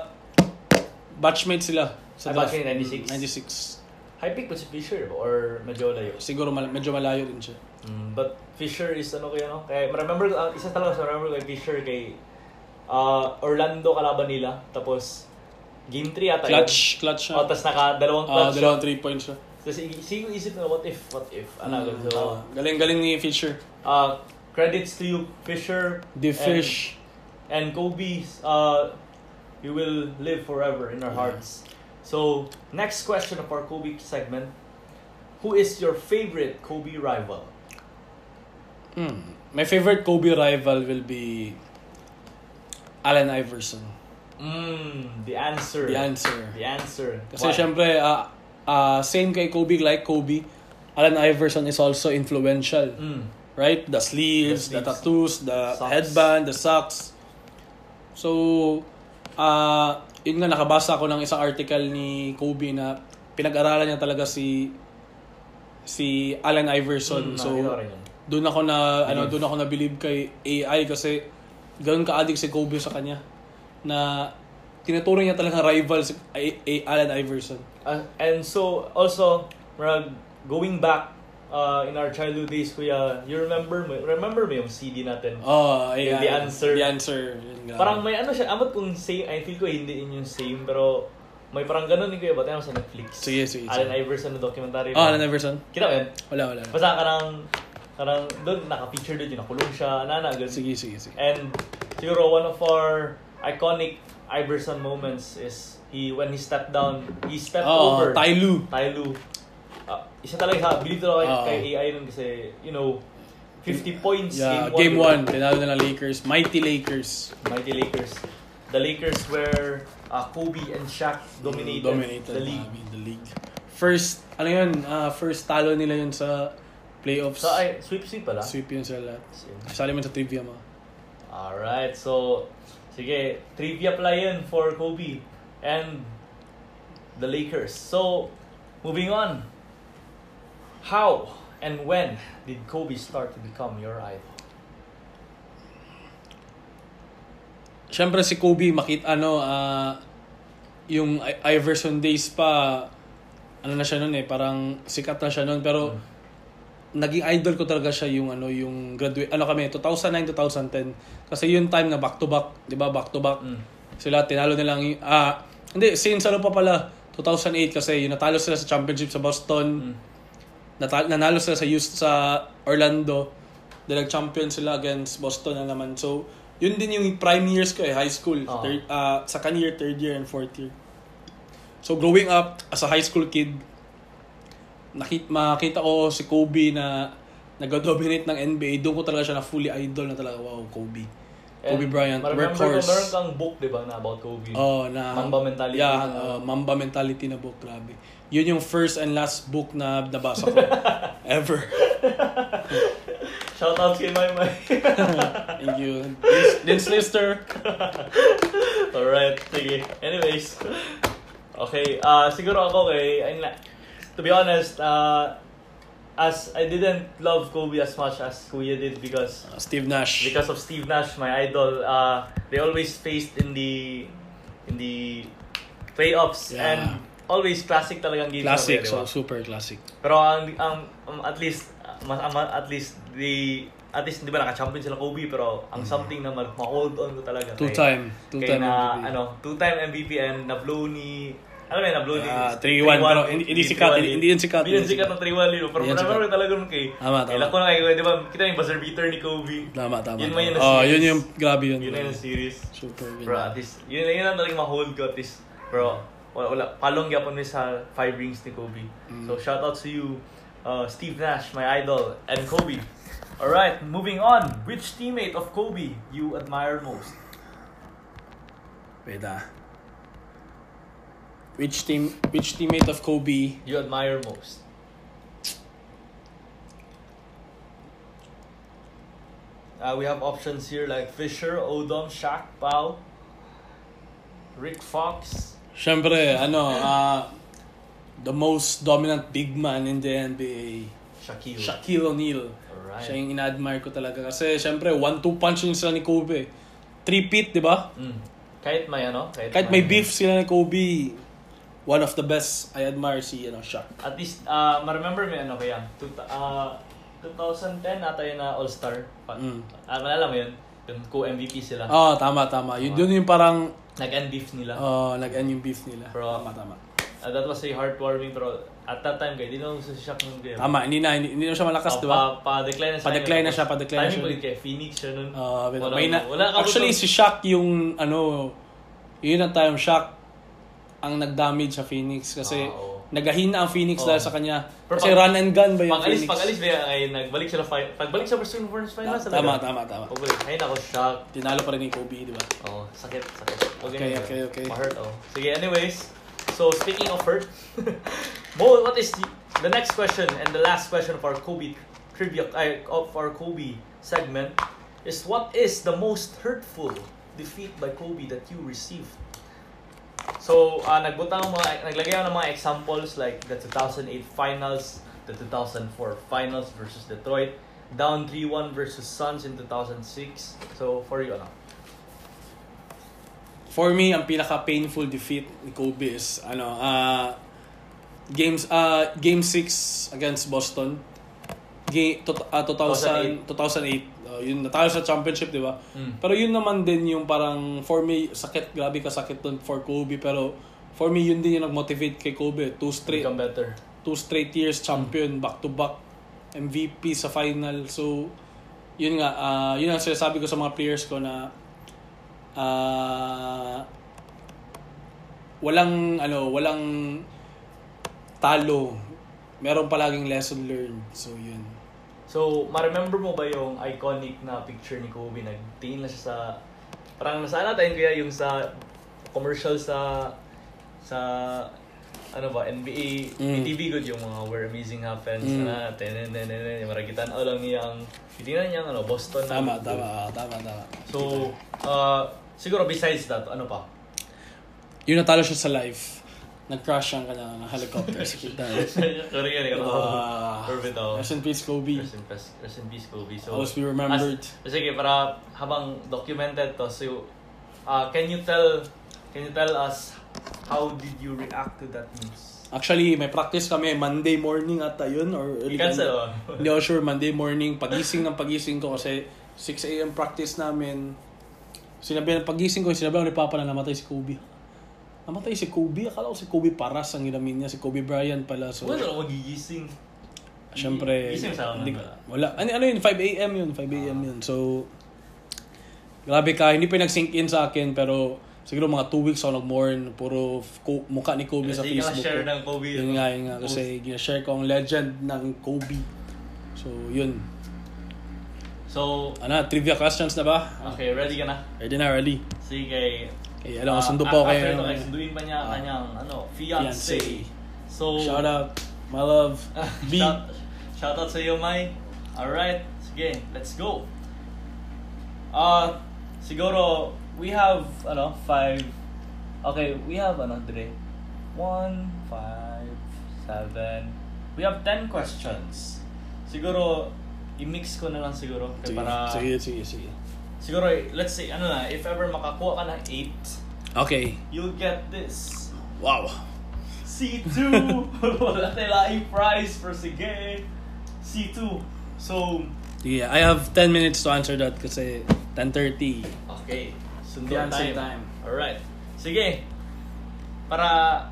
batchmate sila. Sa Ah, draft. batchmate 96. 96. High pick ba si Fisher or medyo layo? Siguro mal- medyo malayo din siya. Mm, but Fisher is ano kaya no? Kaya remember uh, isa talaga sa remember kay Fisher kay uh, Orlando kalaban nila tapos game 3 ata Clutch, yun. clutch siya. Oh, tapos naka dalawang Ah, clutch. Uh, dalawang three point siya. tapos i- siguro isip na what if, what if. Ano Mm, so, tama. Galing-galing ni Fisher. uh, credits to you Fisher The and- Fish. and Kobe uh, you will live forever in our hearts. So, next question of our Kobe segment. Who is your favorite Kobe rival? Hmm. My favorite Kobe rival will be Allen Iverson. Mm, the answer. The answer. The answer. Kasi Why? syempre, ah, ah, same kay Kobe like Kobe, Allen Iverson is also influential. Mm. Right? The sleeves, the, The sleeves. tattoos, the Socks. headband, the socks. So, ah yun nga, nakabasa ako ng isang article ni Kobe na pinag-aralan niya talaga si si Allen Iverson. Mm, so, nakita ko rin yun. doon ako na ano doon ako na believe kay AI kasi ganun ka-addict si Kobe sa kanya na tinuturing niya talaga rival si A- A- Allen Iverson. Uh, and so also murag going back uh, in our childhood days kuya you remember mo- remember mo yung CD natin Oh, Yung ayan. The Answer. The answer. Yun nga. parang may ano siya amot kung same I feel ko hindi yun yung same pero may parang ganun ni kuya ba tayo sa Netflix Sige, sige, sige. Allen Iverson na documentary Oh, Allen Iverson. kita ba yan Wala, wala. basta karang karang doon naka-feature doon yung nakulong siya anana ganun Sige, sige, sige. And siguro one of our iconic Iverson moments is he when he stepped down, he stepped Oh, over Ty Lue. Ty Lue. Ah, isa talaga sa believe talaga kay- kay Oo. AI nun kasi you know 50 points Ah. Yeah, game game 1. Tinalo na ng Lakers. Mighty Lakers. Mighty Lakers. The Lakers were ah, Kobe and Shaq dominated, Dominated. Ah, the league. Grabe, the league. First, ano yun, ah, first talo nila yun sa playoffs. So ay sweepsweep pala. Sweep yun sila lahat. Kasali man sa trivia mo. Alright, so, sige, trivia pala yun for Kobe and the Lakers. So, moving on. How and when did Kobe start to become your idol? Siyempre si Kobe, makita ano, ah, yung I- Iverson days pa, ano na siya nun eh, parang sikat na siya nun. Pero, naging idol ko talaga siya yung ano, yung graduate, ano kami, 2009-2010. Kasi yung time na back-to-back, di ba, back-to-back. Mm. Sila, tinalo nilang, y- ah, hindi, since ano pa pala, 2008 kasi yung natalo sila sa championship sa Boston. Mm. Natal- nanalo sila sa Houston, sa Orlando. Then nag-champion sila against Boston na naman. So, yun din yung prime years ko eh, high school. Oo. Third, ah, second year, third year, and fourth year. So, growing up as a high school kid, nakit makita ko si Kobe na nag-dominate ng NBA. Doon ko talaga siya na fully idol na talaga, wow, Kobe. And Kobe Bryant, ma-remember ko, workhorse. Meron kang book, di ba, na about Kobe? Oh, na Mamba mentality. Yeah, uh, Mamba mentality na book, grabe. Yun yung first and last book na nabasa ko ever. Shoutouts kay May May. Thank you. This, this lister. Alright, sige. Anyways. Okay, ah siguro ako kay, ayun na. to be honest, ah as I didn't love Kobe as much as Kuya did because Uh, Steve Nash. because of Steve Nash, my idol, uh, they always faced in the in the playoffs Yeah. and always classic talagang games. na classic, yun, so di ba? super classic. Pero ang, ang, ang- at least mas ang- at least the at least hindi ba naka-champion sila Kobe pero ang Mm. something na ma- ma-hold on ko talaga. kay- Two-time. kay Two-time na, MVP. Ano, two-time MVP and nablow ni alam mo yun, nablow ni Ah, 3-1, pero hindi- hindi sikat, hindi- hindi yun sikat, Hindi yun hindi sikat sikat. ng 3-1 yun. Pero Hindi yun remember sikat. talaga nun kay Tama, tama. Kailan ko na kayo, di ba? Kita yung buzzer beater ni Kobe. Tama, tama. Yun man yun na oh, series. yun yung, grabe yun. Yun na yung series. Super. Yun. Bro, at least, yun, yun ang talagang ma-hold ko at least. Bro, wala, wala. Palong yapon mo sa five rings ni Kobe. So, shout out to you, uh, Steve Nash, my idol, and Kobe. Alright, moving on. Which teammate of Kobe you admire most? Wait ah. Which team, which teammate of Kobe? You admire most? Uh, we have options here like Fisher, Odom, Shaq, Pau, Rick Fox. Siyempre, ano, ah, the most dominant big man in the NBA. Shaquille. Shaquille O'Neal. Alright. Siya yung ina-admire ko talaga. Kasi, syempre, one-two punch yun sila ni Kobe. Three-peat, di ba? Mm. Kahit may ano, kahit, Kahit may beef sila ni Kobe, one of the best I admire si, ano, Shaq. At least, uh, ma-remember mo ano kaya? Two, uh, 2010 ata yun na All-Star. Pa- Mm. Ah, malala mo yun? Yung co-MVP sila. Oh, tama, tama. Yun, yun yung parang, Nag-end beef nila. oh, nag-end yung beef nila. Bro. Tama, tama. Ah, that was a heartwarming pero at that time kayo, di naman gusto si Shaq nung game. Tama, hindi na, hindi, hindi na siya malakas, Oh, di ba? Pa, pa-decline na siya. Pa-decline na siya, pa-decline na Timing siya. ulit kay Phoenix siya nun. Ah, wait, Wala- may na, wala ka actually, gusto. si Shaq yung, ano, yun ang time Shaq ang nag-damage sa Phoenix kasi Ah, oo. nagahina ang Phoenix Oo. dahil sa kanya. Pero Kasi pag- run and gun ba yung Pag-alis, Phoenix? pag-alis, ba, ay, nagbalik sila, fi- pagbalik sa Western Conference Finals talaga. Tama, tama, tama. Pagbalik, ay nako, Shaq. Tinalo pa rin ni Kobe, di ba? Oh, sakit, sakit. Okay, okay, okay. Ma-hurt, oh. Sige, anyways. So, speaking of hurt, Mo, what is the, the next question and the last question of our Kobe trivia, ay, of our Kobe segment is what is the most hurtful defeat by Kobe that you received? So, uh, nagbutang ako mga, naglagay ako ng mga examples like the 2008 finals, the 2004 finals versus Detroit, down 3-1 versus Suns in 2006. So, for you, ano? For me, ang pinaka-painful defeat ni Kobe is, ano, ah, games, ah, game 6 against Boston. Game, to, ah, 2000, 2008. Oh, yun, natalo sa championship, di ba? Mm. Pero yun naman din yung parang, for me, sakit, grabe ka sakit dun for Kobe. Pero, for me, yun din yung nag-motivate kay Kobe. Two straight, Become better. two straight years champion back to back MVP sa final so yun nga ah, yun ang sinasabi ko sa mga players ko na ah, walang ano walang talo meron palaging lesson learned so yun So, ma-remember mo ba yung iconic na picture ni Kobe? Nagtingin lang siya sa... Parang nasaan natin kaya yung sa commercial sa... Sa... Ano ba? NBA. Mm. ATV good yung mga We're Amazing Happens Mm. na natin. And then, and then, yung maragitan o lang niyang... Titingnan niya, ano, Boston. na- tama tama ah, tama tama So, uh, siguro besides that, ano pa? yun natalo siya sa live nag-crash ang kanyang helicopter sa Quintanas. Sorry, yan. ikaw. Ah, Irvin, oh. Rest in peace, Kobe. Rest in peace, rest in peace, Kobe. So, Always be remembered. As, eh, sige, para habang documented to, so, uh, can you tell, can you tell us how did you react to that news? Actually, may practice kami Monday morning ata yun or early I-cancel, oh. Hindi ako sure, Monday morning, pagising ng pagising ko kasi 6 a.m. practice namin. Sinabi ng pagising ko, sinabi ako ni Papa na namatay si Kobe. Namatay si Kobe? Akala ko si Kobe Paras ang inamin niya, si Kobe Bryant pala. So, Wala ako magigising. Siyempre, Gising sa hindi- wala. wala. Ano, ano yun? 5 a.m. yun. 5 a.m. yun. So, grabe ka. Hindi pa nag-sink in sa akin, pero siguro mga 2 weeks ako nag-mourn. Puro f- ko, mukha ni Kobe sa Kasi Facebook. share ko. ng Kobe. Yun nga, yun nga. Kasi share ko ang legend ng Kobe. So, yun. So, Ano, trivia questions na ba? okay, ready ka na? Ready na, ready. Sige. Okay, alam ko, Ah, sundo po a- After kayo. ito, sunduin pa niya ang kanyang, ano, Fiancé. fiancé. So, Shout out, my love, B. Ah, Shout, shout out sa iyo, Mai. Alright, sige, let's go. Uh, siguro, we have, ano, five. Okay, we have, ano, Dre? One, five, seven. We have ten questions. Siguro, i-mix ko na lang siguro. kaya Sige, para, sige, sige, sige. Siguro, eh, let's say, ano na, if ever makakuha ka ng eight, Okay. you'll get this. Wow. C2! Wala tayong prize for sige. C2. So, Sige, I have 10 minutes to answer that kasi 10.30. okay. Sunduan Fiancé time. time. Alright. Sige. Para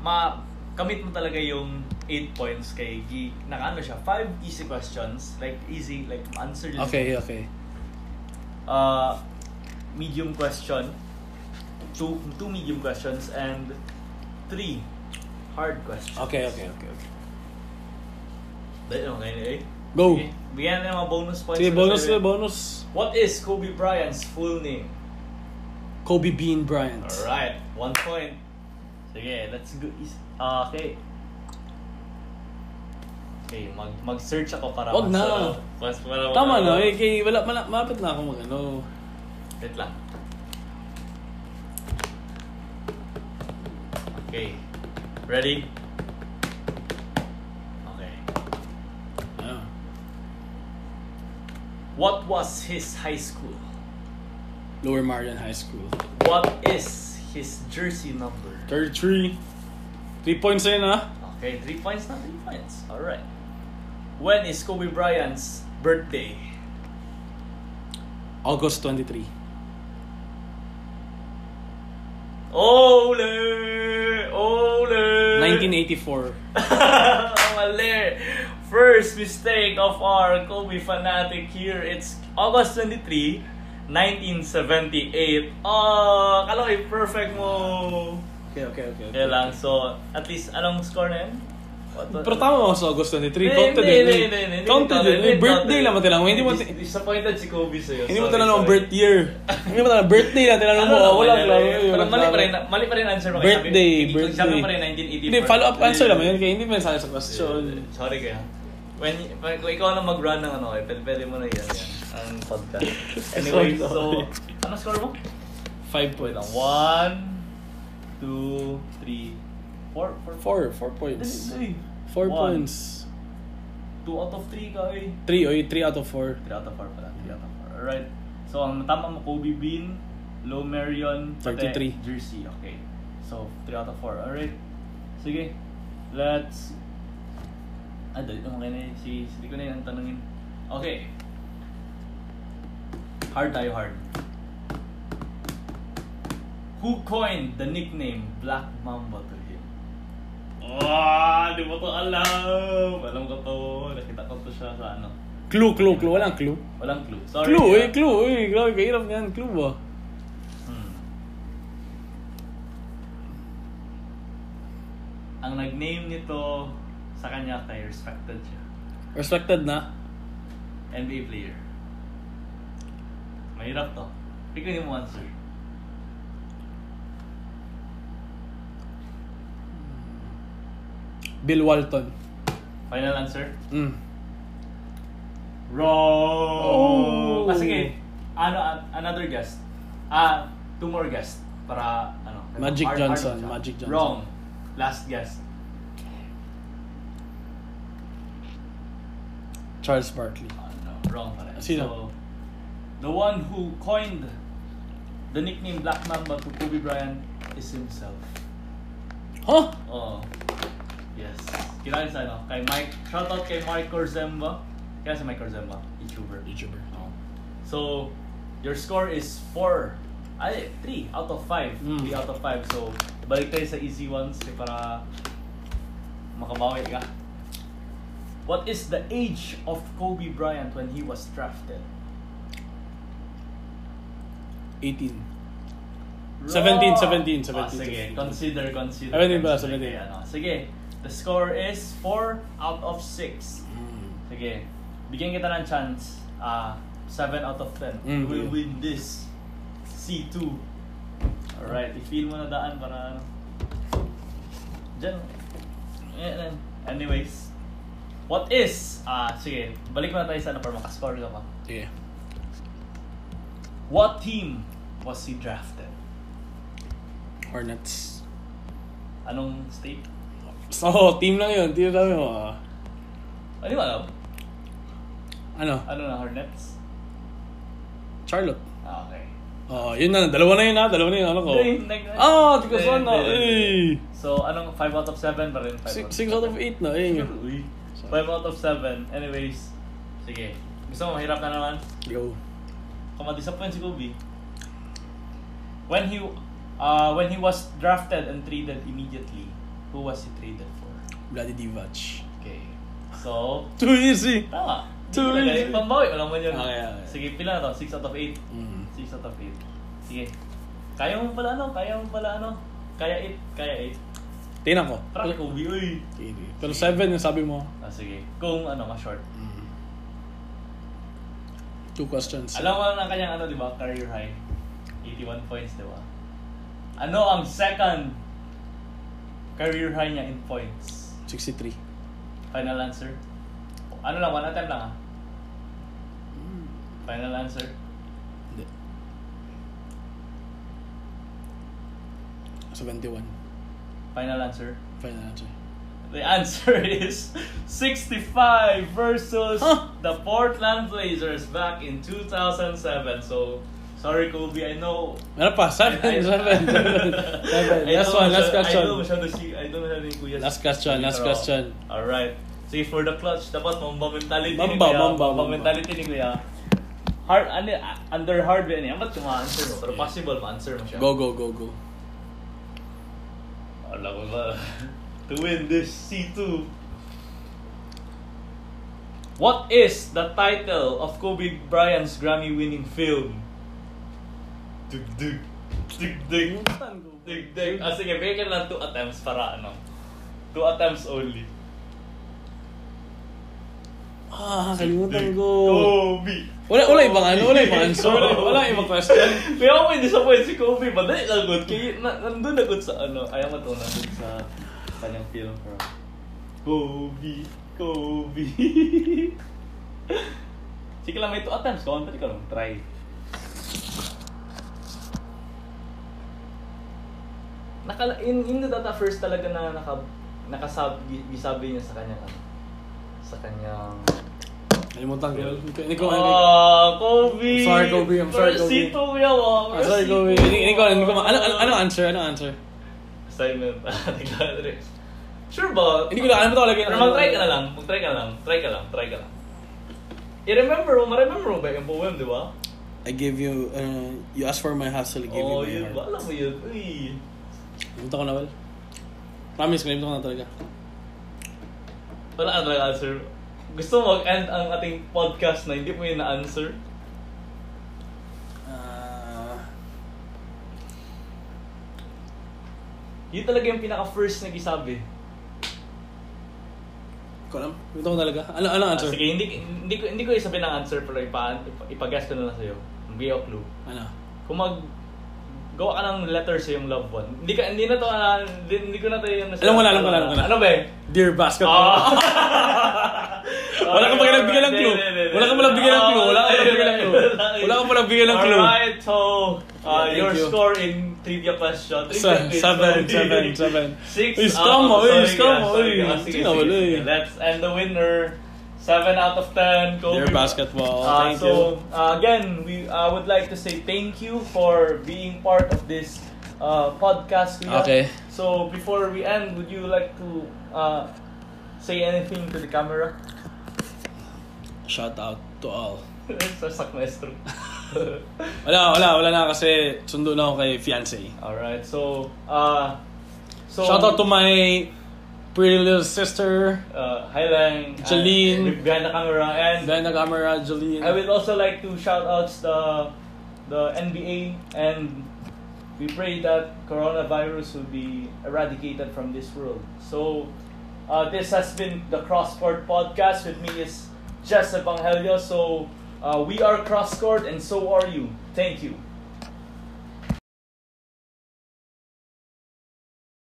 ma kamit mo talaga yung 8 points kay Gi. Nakaano siya? 5 easy questions. Like easy, like answer yun. Okay, okay. Uh, medium question. Two, two medium questions and three hard questions. Okay, okay, okay. okay. Dahil ano ngayon eh. Go. Sige, Bigyan na ng mga bonus points. Sige, ko na bonus, sa'yo. bonus. What is Kobe Bryant's full name? Kobe Bean Bryant. Alright, one point. Sige, let's go. Is- ah, okay. Okay, mag mag-search ako para Wag na. mas- ah, mas para Tama mas- na, eh, kay, wala, mala, mapit na ako mag ano. Wait lang. Okay. Ready? Okay. Ah. What was his high school? Lower Marion High School. What is his jersey number? 33. 3 points na yun, ah. Okay, three points na, three points. Alright. When is Kobe Bryant's birthday? August 23. Ole! Eh. Ole! 1984. Mali! First mistake of our Kobe fanatic here. It's August 23, 1978. Oh, kala ko perfect mo. Okay, okay, okay. Kaya lang, so at least anong score na yun? What- what- Pero tama mo sa August 23. Hindi, Counted hindi, din. hindi, hindi, eh. hindi, hindi Counted counted, din. eh. hindi Birthday counted. lang mo tinanong. Hindi mo Dis- Disappointed si Kobe sa'yo. hindi mo Sorry, tinanong ang sorry. birth year. Hindi mo tinanong birthday lang. Tinanong mo, Ano oh, wala naman, lang. eh. eh, Pero wala mali pa lang. rin, mali pa rin answer mo. kasi sabi- Birthday, hindi- birthday. Sabi mo rin 1984. Hindi, follow-up answer naman yun. Kaya hindi mo nasabi sa question. eh. Sorry kaya. When, when, kung ikaw na mag-run ng ano, eh, pelpele mo na yan, yan. Ang podcast. Anyway, Sorry, so, sorry. ano score mo? 5 Wait lang. points. One, two, three, four, four, 4. 4 points. Dali, dali. 4 One. points. Two out of three ka eh. 3. Oy, 3 out of 4. Three out of four pala. Three out of four. Alright. So, ang tama mo, Kobe Bean Lumerion Pate, 33. jersey. Okay. So, 3 out of 4. Alright. Sige. Let's... Ah, dali. Okay na yun. Sige, sige ko na yun ang tanungin. Okay. Hard tayo hard. Who coined the nickname Black Mamba to him? Ah, di mo to alam. Alam ko to. Nakita ko to siya sa ano. Clue, clue, clue. Walang clue. Walang clue. Sorry. clue, ah. eh, clue, eh. Grabe, kahirap nga yan. Clue ah. ba? Hmm. Ang nag-name nito sa kanya kay respected siya. Respected na. NBA player. Mahirap to. Pigyan mo answer. Bill Walton. Final answer? Mm. Wrong! Oh. Ah, sige. Ano, an- another guest. Ah, two more guests. Para, ano. Magic hard- hard Johnson, siya. Magic Johnson. Wrong. Last guest. Charles Barkley. Ah, no, wrong pala. Sino? So, the one who coined the nickname Black Mamba to Kobe Bryant is himself. Huh? Oh. Yes. Kilala sa ano? Kay Mike. Shoutout kay Mike Corzemba. Kaya sa Mike Corzemba. YouTuber. YouTuber. Oh. So, your score is 4. Ay, 3 out of 5. 3 Mm. out of 5. So, balik tayo sa easy ones eh, para makabawi ka. What is the age of Kobe Bryant when he was drafted? 18. 17, 17, 17, Ah, sige, 17. consider, consider. 17 ba? consider 17. kaya, ano. Sige, the score is 4 out of 6. Mm, Sige. Bigyan kita ng chance. Ah, 7 out of 10. You Mm, will okay. win this. C2. Alright. I-feel mo na daan para ano. Diyan. Eh, eh. Anyways. What is? Ah, sige. Balik mo na tayo sa ano para makascore ka pa. Yeah. What team was he drafted? Hornets. Anong state? So, team lang yun. Team lang yun. ah. Ano ba alam? ano? Ano na, Hornets? Charlotte. Ah, okay. Oh, yun na. Dalawa na yun ha. Dalawa na yun. Ano ko? Hindi, hindi. Oh. Ah, di ko sana. Hindi, hindi, hindi. Eh. So, anong 5 out of 7 pa rin? 6 out of 8 na. Eh. 5 out of 7. Anyways, sige. Gusto mo mahirap na naman? Yo. Kumadisappoint si Kobe. When he uh, when he was drafted and traded immediately, who was he traded for? Bloody Divac. Okay. So, Too easy. tama. Two Hindi easy. talaga. Pambawi, alam mo yun. Okay, okay. Sige, pila na to? 6 out of 8. Mm. 6 out of 8. Sige. Kaya mo pala ano? Kaya mo pala ano? Kaya 8. Kaya 8. Tingnan ko. Para kay Kobe, uy. Pero 7 yung sabi mo. Ah, sige. Kung ano, ma-short. Mm. Two questions. Alam mo na ang kanyang ano, di ba? Career high. 81 points, di ba? Ano ang second career high niya in points? 63. Final answer? Ano lang, one attempt lang ah. Hmm. Final answer? Hindi. 71. Final answer? Final answer. The answer is 65 versus Huh? the Portland Blazers back in 2007. So, sorry Kobe, I know Meron pa. 7, 7, 7. I Last know one, masya- last I know question. masyado si, I know masyado yung kuya. Last question, si Kuya last Raw. question. Alright. Sige, for the clutch, dapat mamba mentality ni Mamba, kuya. mamba, Mamba mamba. mentality ni kuya. Hard, ano, ah, under hard ba yan? Amat yung ma-answer mo. Pero possible, ma-answer mo siya. Go, go, go, go. Alam ko ba. To win this C2. What is the title of Kobe Bryant's Grammy-winning film? Dig dig. Dig dig. Dig dig. Ah, sige, bigyan lang two attempts para ano. Two attempts only. Ah, kalimutan Dig. ko. Kobe. Wala, wala ibang ano, wala ibang answer. Wala, Kobe. wala ibang question. Kaya ako may disappoint si Kobe. Madali lang good. Kaya na, nandun na good sa ano. Ayaw mo ito nandun sa kanyang film. Bro. Kobe. Kobe. Sige lang, may two attempts. Counter ka lang. Try. Nakala, in, in the data first talaga na naka, nakasabi, gisabi niya sa kanya. Sa kanyang Nalimutan ko. Hindi ko, hindi ko. Ah, Kobe. I'm sorry, Kobe. I'm sorry, Kobe. Sito kuya mo. Ah, sorry, Kobe. Hindi hindi ko, hindi ko. ma- Ano, ano, ano answer? Ano answer? Assignment. Tignan natin. Sure ba? Hindi ko na, alam mo talaga. Pero mag-try ka na lang. Mag-try ka na lang. Try ka lang. Try ka lang. I-remember mo. Ma-remember mo ba yung poem, di ba? I give you, uh, you ask for my hustle, I give Oh, yun you my ba? heart. Alam mo yun. Uy. Nalimutan ko na, well. Promise, nalimutan ko na talaga. Wala ka talaga answer. Gusto mo mag-end ang ating podcast na hindi mo yun na-answer? Ah, Yun talaga yung pinaka-first nag-isabi. hindi ko alam. Nalimutan ko talaga. Ano, ano Ah, answer? sige, hindi, hindi, ko, hindi ko isabihin ang answer pero ipa, ipa, ipag-guess ko na lang sa'yo. Magbigay ako clue. Ano? Kung mag gawa ka ng letter sa iyong loved one. Hindi ka hindi na to ah, hindi, hindi ko na tayo yung Alam ko na, alam ko na, alam ko na. Ano ba? eh? Dear basket. Ah. Wala kang pakialam bigyan ng clue. Hindi, hindi, hindi. Wala kang pakialam bigyan ng clue. Wala kang pakialam bigyan ng clue. Wala kang pakialam bigyan ng clue. Alright, so uh, Thank your you. score in trivia question. Sa- Three seven, questions. seven, seven. Six Uy, out scam of- ah, uy, sorry, scam yeah, ah, sorry, uy. ah, sige, Tingnan mo, sige, uy. sige. Let's end the winner. 7 out of 10. Kobe. Dear Uh, basketball. Oh, Thank so uh, again, we I would like to say thank you for being part of this uh, podcast. you. Kuya. Okay. So before we end, would you like to uh, say anything to the camera? Shout out to all. Sasak maestro. Wala, wala, wala na kasi sundo na ako kay fiancé. All right. So uh, so Shout out to my pretty little sister, uh, hi Lang, Jaleen. and behind the camera, and behind the camera, Jolene. I would also like to shout out the the NBA and we pray that coronavirus will be eradicated from this world. So uh, this has been the Crossport podcast. With me is Jess Evangelio. So uh, we are Crossport and so are you. Thank you.